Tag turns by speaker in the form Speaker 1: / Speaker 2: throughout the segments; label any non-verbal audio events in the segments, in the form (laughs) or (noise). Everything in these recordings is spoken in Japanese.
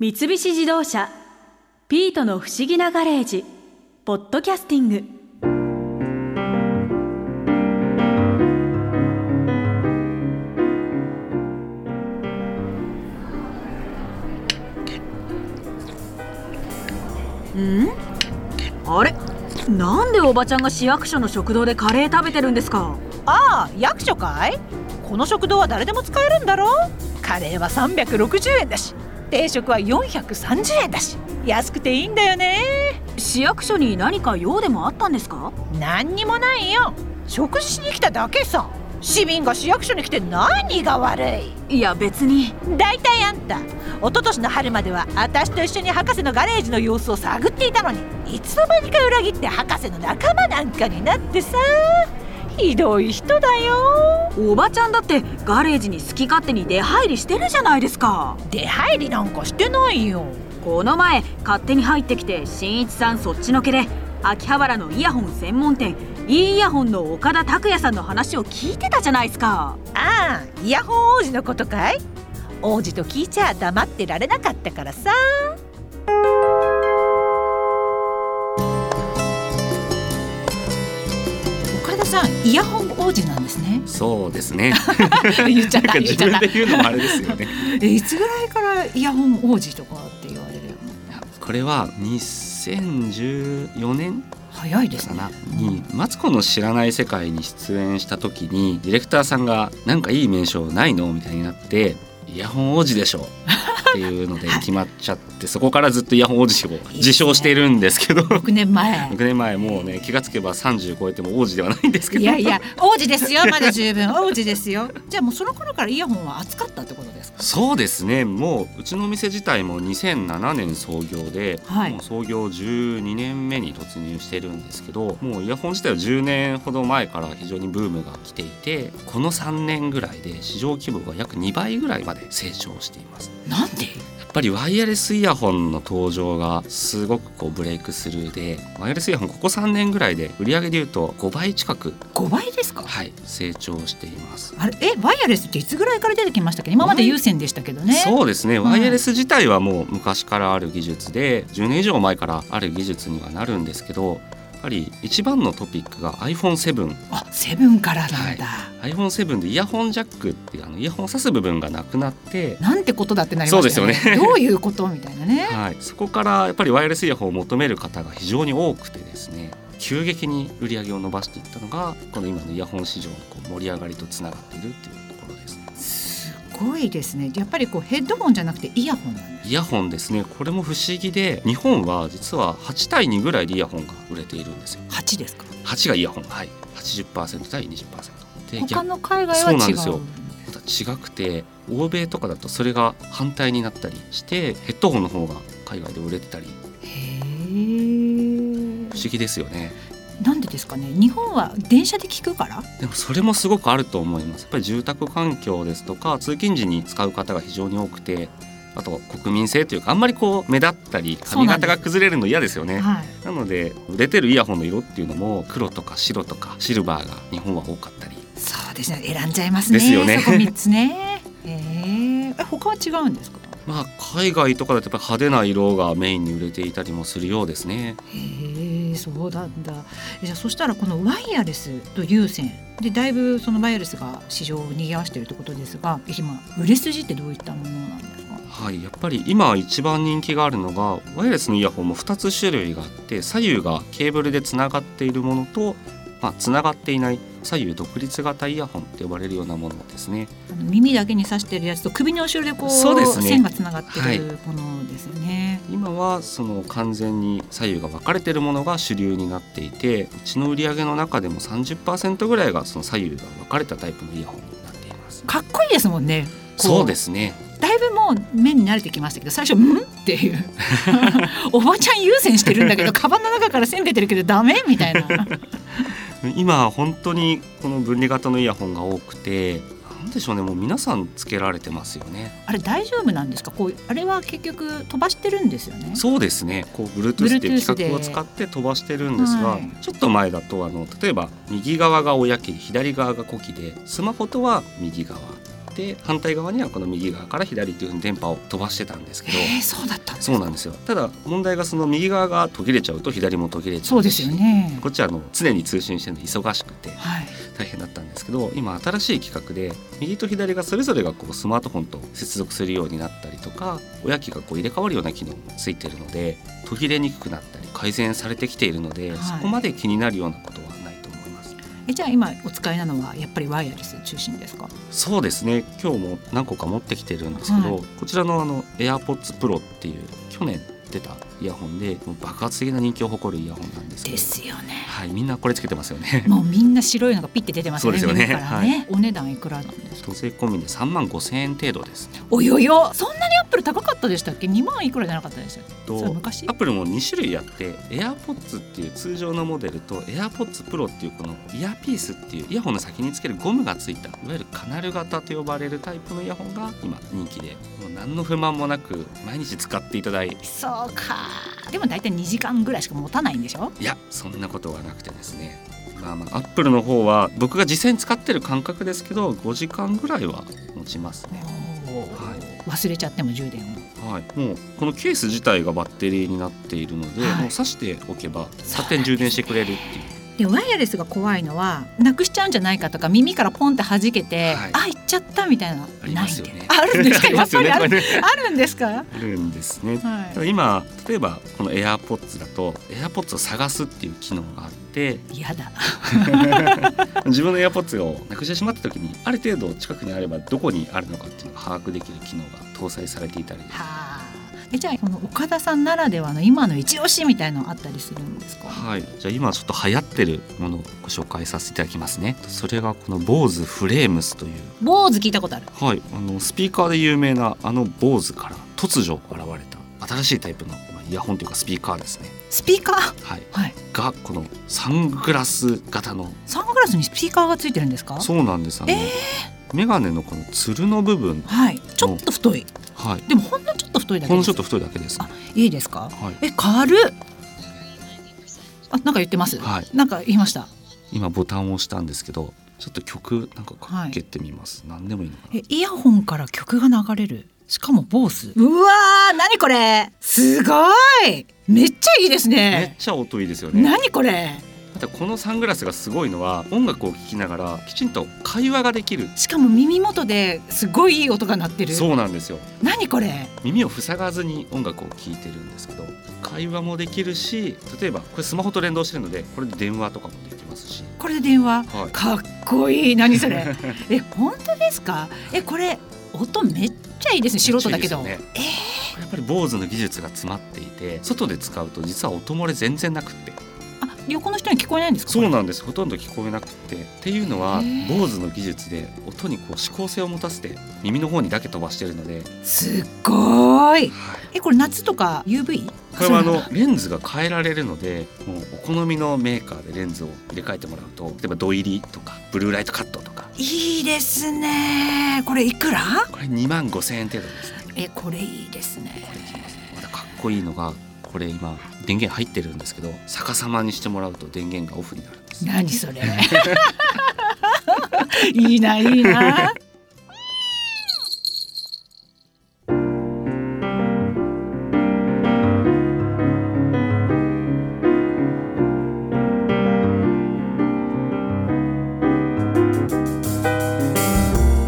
Speaker 1: 三菱自動車「ピートの不思議なガレージ」ポッドキャスティング
Speaker 2: あれなんでおばちゃんが市役所の食堂でカレー食べてるんですか
Speaker 3: ああ役所かいこの食堂は誰でも使えるんだろカレーは360円だし定食は430円だし安くていいんだよね
Speaker 2: 市役所に何か用でもあったんですか
Speaker 3: 何にもないよ食事しに来ただけさ市民が市役所に来て何が悪い
Speaker 2: いや別に
Speaker 3: 大体あんた一昨年の春までは私と一緒に博士のガレージの様子を探っていたのにいつの間にか裏切って博士の仲間なんかになってさひどい人だよ
Speaker 2: おばちゃんだってガレージに好き勝手に出入りしてるじゃないですか
Speaker 3: 出入りなんかしてないよ
Speaker 2: この前勝手に入ってきて新一さんそっちのけで秋葉原のイヤホン専門店 e イヤホンの岡田拓也さんの話を聞いてたじゃないですか
Speaker 3: ああイヤホン王子のことかい王子と聞いちゃ黙ってられなかったからさ岡田さんイヤホン王子なんです (laughs) ね
Speaker 4: そうですね。
Speaker 3: 言っちゃっ
Speaker 4: なん
Speaker 3: た
Speaker 4: か
Speaker 3: 言っ
Speaker 4: 自
Speaker 3: ちゃっ
Speaker 4: 分
Speaker 3: た
Speaker 4: で言うのもあれですよね。
Speaker 3: えいつぐらいからイヤホン王子とかって言われるようになった
Speaker 4: これは2014年
Speaker 3: 早いです
Speaker 4: か
Speaker 3: ね
Speaker 4: なにマツコの知らない世界に出演した時にディレクターさんがなんかいい名称ないのみたいになってイヤホン王子でしょ。っていうので決まっちゃってそこからずっとイヤホン王子を自称しているんですけど。 (laughs)
Speaker 3: 6年前
Speaker 4: 6年前もうね気がつけば30超えても王子ではないんですけど
Speaker 3: いやいや王子ですよまだ十分王子ですよじゃあもうその頃からイヤホンは扱ったってことですか
Speaker 4: そうですねもううちの店自体も2007年創業で、
Speaker 3: はい
Speaker 4: もう創業12年目に突入してるんですけどもうイヤホン自体は10年ほど前から非常にブームが来ていてこの3年ぐらいで市場規模が約2倍ぐらいまで成長しています。
Speaker 3: なんで
Speaker 4: やっぱりワイヤレスイヤホンの登場がすごくこうブレイクスルーでワイヤレスイヤホンここ3年ぐらいで売り上げでいうと5倍近く、
Speaker 3: 5倍ですか
Speaker 4: はい、成長しています。
Speaker 3: あれえワイヤレスっていつぐらいから出てきましたっけ今まで有線でしたけどね
Speaker 4: そうですね
Speaker 3: ん
Speaker 4: ワイヤレス自体はもう昔からある技術で10年以上前からある技術にはなるんですけどやっぱり一番のトピックが iPhone7iPhone7
Speaker 3: あセブンからなんだ、
Speaker 4: でイヤホンジャックっていうあのイヤホンを挿す部分がなくなって、
Speaker 3: なんてことだってなりました
Speaker 4: そうですよね
Speaker 3: どういうことみたいなね
Speaker 4: はい、そこからやっぱりワイヤレスイヤホンを求める方が非常に多くてですね急激に売り上げを伸ばしていったのがこの今のイヤホン市場のこう盛り上がりとつながっているっていうところですね
Speaker 3: すごいですねやっぱりこうヘッドホンじゃなくてイヤホンなんだ
Speaker 4: イヤホンですねこれも不思議で日本は実は8対2ぐらいでイヤホンが売れているんですよ
Speaker 3: 8ですか
Speaker 4: 8がイヤホンはい80%対20%で
Speaker 3: 他
Speaker 4: 逆
Speaker 3: の海外は
Speaker 4: そうなん
Speaker 3: 違う
Speaker 4: ですよ違くて欧米とかだとそれが反対になったりしてヘッドホンの方が海外で売れてたり
Speaker 3: へ
Speaker 4: 不思議ですよね
Speaker 3: えなんでですかね日本は電車で聞くから
Speaker 4: でもそれもすごくあると思いますやっぱり住宅環境ですとか通勤時に使う方が非常に多くてあと国民性というかあんまりこう目立ったり
Speaker 3: そう
Speaker 4: 髪
Speaker 3: なんです
Speaker 4: 型が崩れるの嫌ですよね
Speaker 3: はい
Speaker 4: なので売れてるイヤホンの色っていうのも黒とか白とかシルバーが日本は多かったり
Speaker 3: そうですね選んじゃいますね
Speaker 4: ですよね
Speaker 3: そこ三つねえー、え他は違うんですか
Speaker 4: まあ海外とかだとやっぱり派手な色がメインに売れていたりもするようですね。
Speaker 3: へえそうなんだえじゃあそしたらこのワイヤレスと有線でだいぶそのワイヤレスが市場を賑わしているということですが今売れ筋ってどういったものなんですか
Speaker 4: はい、やっぱり今一番人気があるのがワイヤレスのイヤホンも2つ種類があって左右がケーブルでつながっているものと、まあ、つながっていない左右独立型イヤホンって呼ばれるようなものですね。
Speaker 3: あの耳だけに刺してるやつと首の後ろでこう
Speaker 4: そうですね
Speaker 3: 線がつながってるものですね、
Speaker 4: 今はその完全に左右が分かれているものが主流になっていてうちの売り上げの中でも30%ぐらいがその左右が分かれたタイプのイヤホンになっています。
Speaker 3: かっこいいですもんね
Speaker 4: そうですすね
Speaker 3: だいぶもう目に慣れてきましたけど最初「ん?」っていう (laughs) おばちゃん優先してるんだけどカバンの中から線出てるけどダメみたいな
Speaker 4: 今本当にこの分離型のイヤホンが多くてなんでしょうねもう皆さんつけられてますよね
Speaker 3: あれ大丈夫なんですかこうあれは結局飛ばしてるんですよね
Speaker 4: そうですねこう Bluetooth っていう
Speaker 3: Bluetooth
Speaker 4: 規
Speaker 3: で
Speaker 4: 格を使って飛ばしてるんですが、
Speaker 3: はい
Speaker 4: ちょっと前だとあの例えば右側が親機左側が子機でスマホとは右側って反対側にはこの右側から左というふうに電波を飛ばしてたんですけど、
Speaker 3: えー、そうだったんです
Speaker 4: そうなんですよただ問題がその右側が途切れちゃうと左も途切れちゃうし
Speaker 3: そうですよね。
Speaker 4: こっちはあの常に通信してるので忙しくて
Speaker 3: はい。
Speaker 4: 大変だったんですけど今新しい企画で右と左がそれぞれがこうスマートフォンと接続するようになったりとか親機がこう入れ替わるような機能もついてるので途切れにくくなったり改善されてきているので、
Speaker 3: はい
Speaker 4: そこまで気になるようなことはないと思います。
Speaker 3: えじゃあ今お使いなのはやっぱりワイヤレス中心ですか。
Speaker 4: そうですね今日も何個か持ってきてるんですけど、
Speaker 3: は
Speaker 4: こちらのあの AirPods Pro っていう去年出たイヤホンでもう爆発的な人気を誇るイヤホンなんですけど
Speaker 3: ですよね。
Speaker 4: はい、みんなこれつけてますよね。 (laughs)
Speaker 3: もうみんな白いのがピッて出てますよね。
Speaker 4: そうですよね
Speaker 3: 耳からね、お値段いくらなんですか。
Speaker 4: 女性込みで3万5千円程度ですね。
Speaker 3: およよ。そんなにアップル高かったでしたっけ？2万いくらじゃなかったでしたっけ？
Speaker 4: と
Speaker 3: それ昔
Speaker 4: アッ。プルも2種類あって AirPods っていう通常のモデルと AirPods Pro っていうこのイヤーピースっていうイヤホンの先につけるゴムがついたいわゆるカナル型と呼ばれるタイプのイヤホンが今人気でもう何の不満もなく毎日使っていただい
Speaker 3: そうか。でも大体2時間ぐらいしか持たないんでしょ？
Speaker 4: いやそんなことはなくてですねまあまあアップルの方は僕が実際に使ってる感覚ですけど5時間ぐらいは持ちますね。
Speaker 3: はい、忘れちゃっても充電を。
Speaker 4: はい、もうこのケース自体がバッテリーになっているので、
Speaker 3: はい
Speaker 4: もう挿しておけば勝手に充電してくれるっていう
Speaker 3: でワイヤレスが怖いのはなくしちゃうんじゃないかとか耳からポンって弾けて、
Speaker 4: はい
Speaker 3: あ行っちゃったみたいな
Speaker 4: ありますよね
Speaker 3: ないんであるんですか
Speaker 4: (laughs) あり
Speaker 3: や
Speaker 4: ま
Speaker 3: っ
Speaker 4: す
Speaker 3: ぱ
Speaker 4: よね
Speaker 3: りある,、
Speaker 4: これね
Speaker 3: あるんですか、
Speaker 4: あるんですね。た
Speaker 3: は
Speaker 4: だ今例えばこの AirPods だと AirPods を探すっていう機能があって
Speaker 3: い、やだ
Speaker 4: 自分の AirPods をなくしてしまった時にある程度近くにあればどこにあるのかっていうのが把握できる機能が搭載されていたり
Speaker 3: はあえじゃあこの岡田さんならではの今の一押しみたいなのあったりするんですか、
Speaker 4: はい、じゃあ今ちょっと流行ってるものをご紹介させていただきますねそれがこの BOSE フレームスという
Speaker 3: 坊主聞いたことある
Speaker 4: はい、あのスピーカーで有名なあの BOSE から突如現れた新しいタイプのまあイヤホンというかスピーカーですね、
Speaker 3: スピーカー
Speaker 4: はい、
Speaker 3: はい
Speaker 4: がこのサングラス型の
Speaker 3: サングラスにスピーカーがついてるんですか
Speaker 4: そうなんですあの、
Speaker 3: え
Speaker 4: メガネのこのつるの部分、
Speaker 3: はいちょっと太い
Speaker 4: はい、
Speaker 3: でもほんのちょっと太いだけ
Speaker 4: ほ
Speaker 3: で
Speaker 4: んの
Speaker 3: す
Speaker 4: ちょっと太いだけですね、
Speaker 3: いいですか
Speaker 4: はい、
Speaker 3: え軽っあなんか言ってます、
Speaker 4: はい
Speaker 3: なんか言いました
Speaker 4: 今ボタンを押したんですけどちょっと曲なんかかけてみます、何でもいいのかな
Speaker 3: えイヤホンから曲が流れるしかもボースうわー何これすごいめっちゃいいです
Speaker 4: めっ
Speaker 3: ね
Speaker 4: ちゃ音いいですよね
Speaker 3: 何これ
Speaker 4: またこのサングラスがすごいのは音楽を聴きながらきちんと会話ができる
Speaker 3: しかも耳元ですごいいい音が鳴ってる
Speaker 4: そうなんですよ
Speaker 3: 何これ
Speaker 4: 耳を塞がずに音楽を聴いてるんですけど会話もできるし例えばこれスマホと連動してるのでこれで電話とかもできますし
Speaker 3: これで電話
Speaker 4: はい
Speaker 3: かっこいい何そ (laughs) れえ本当ですかえこれ音めっちゃいいですね素人だけど、
Speaker 4: めっちゃいいですよねやっぱり BOSE の技術が詰まっていて外で使うと実は音漏れ全然なくって
Speaker 3: あ横の人に聞こえないんですか
Speaker 4: そう
Speaker 3: こ
Speaker 4: なんですほとんど聞こえなくってっていうのは
Speaker 3: へー
Speaker 4: BOSE の技術で音にこう指向性を持たせて耳の方にだけ飛ばしてるので
Speaker 3: れすっごいえこれ夏とか UV
Speaker 4: これはあのレンズが変えられるのでもうお好みのメーカーでレンズを入れ替えてもらうと例えば土入りとかブルーライトカットとか
Speaker 3: いいですねこれいくら
Speaker 4: これ2万5千円程度ですね
Speaker 3: えこれいいですね
Speaker 4: またかっこいいのがこれ今電源入ってるんですけど逆さまにしてもらうと電源がオフになるんです
Speaker 3: 何それ (laughs) いいないいな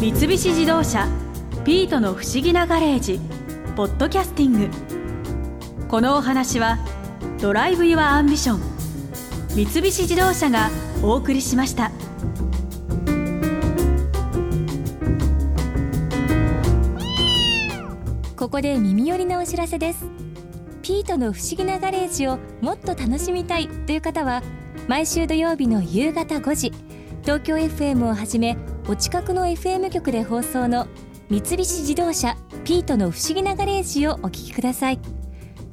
Speaker 2: 三菱自動車「ピートの不思議なガレージ」「ポッドキャスティング」このお話は「ドライブ・ユア・アンビション」三菱自動車がお送りしました。
Speaker 5: ここで耳寄りなお知らせですピートの不思議なガレージをもっと楽しみたいという方は毎週土曜日の夕方5時東京 FM をはじめお近くの FM 局で放送の三菱自動車ピートの不思議なガレージをお聞きください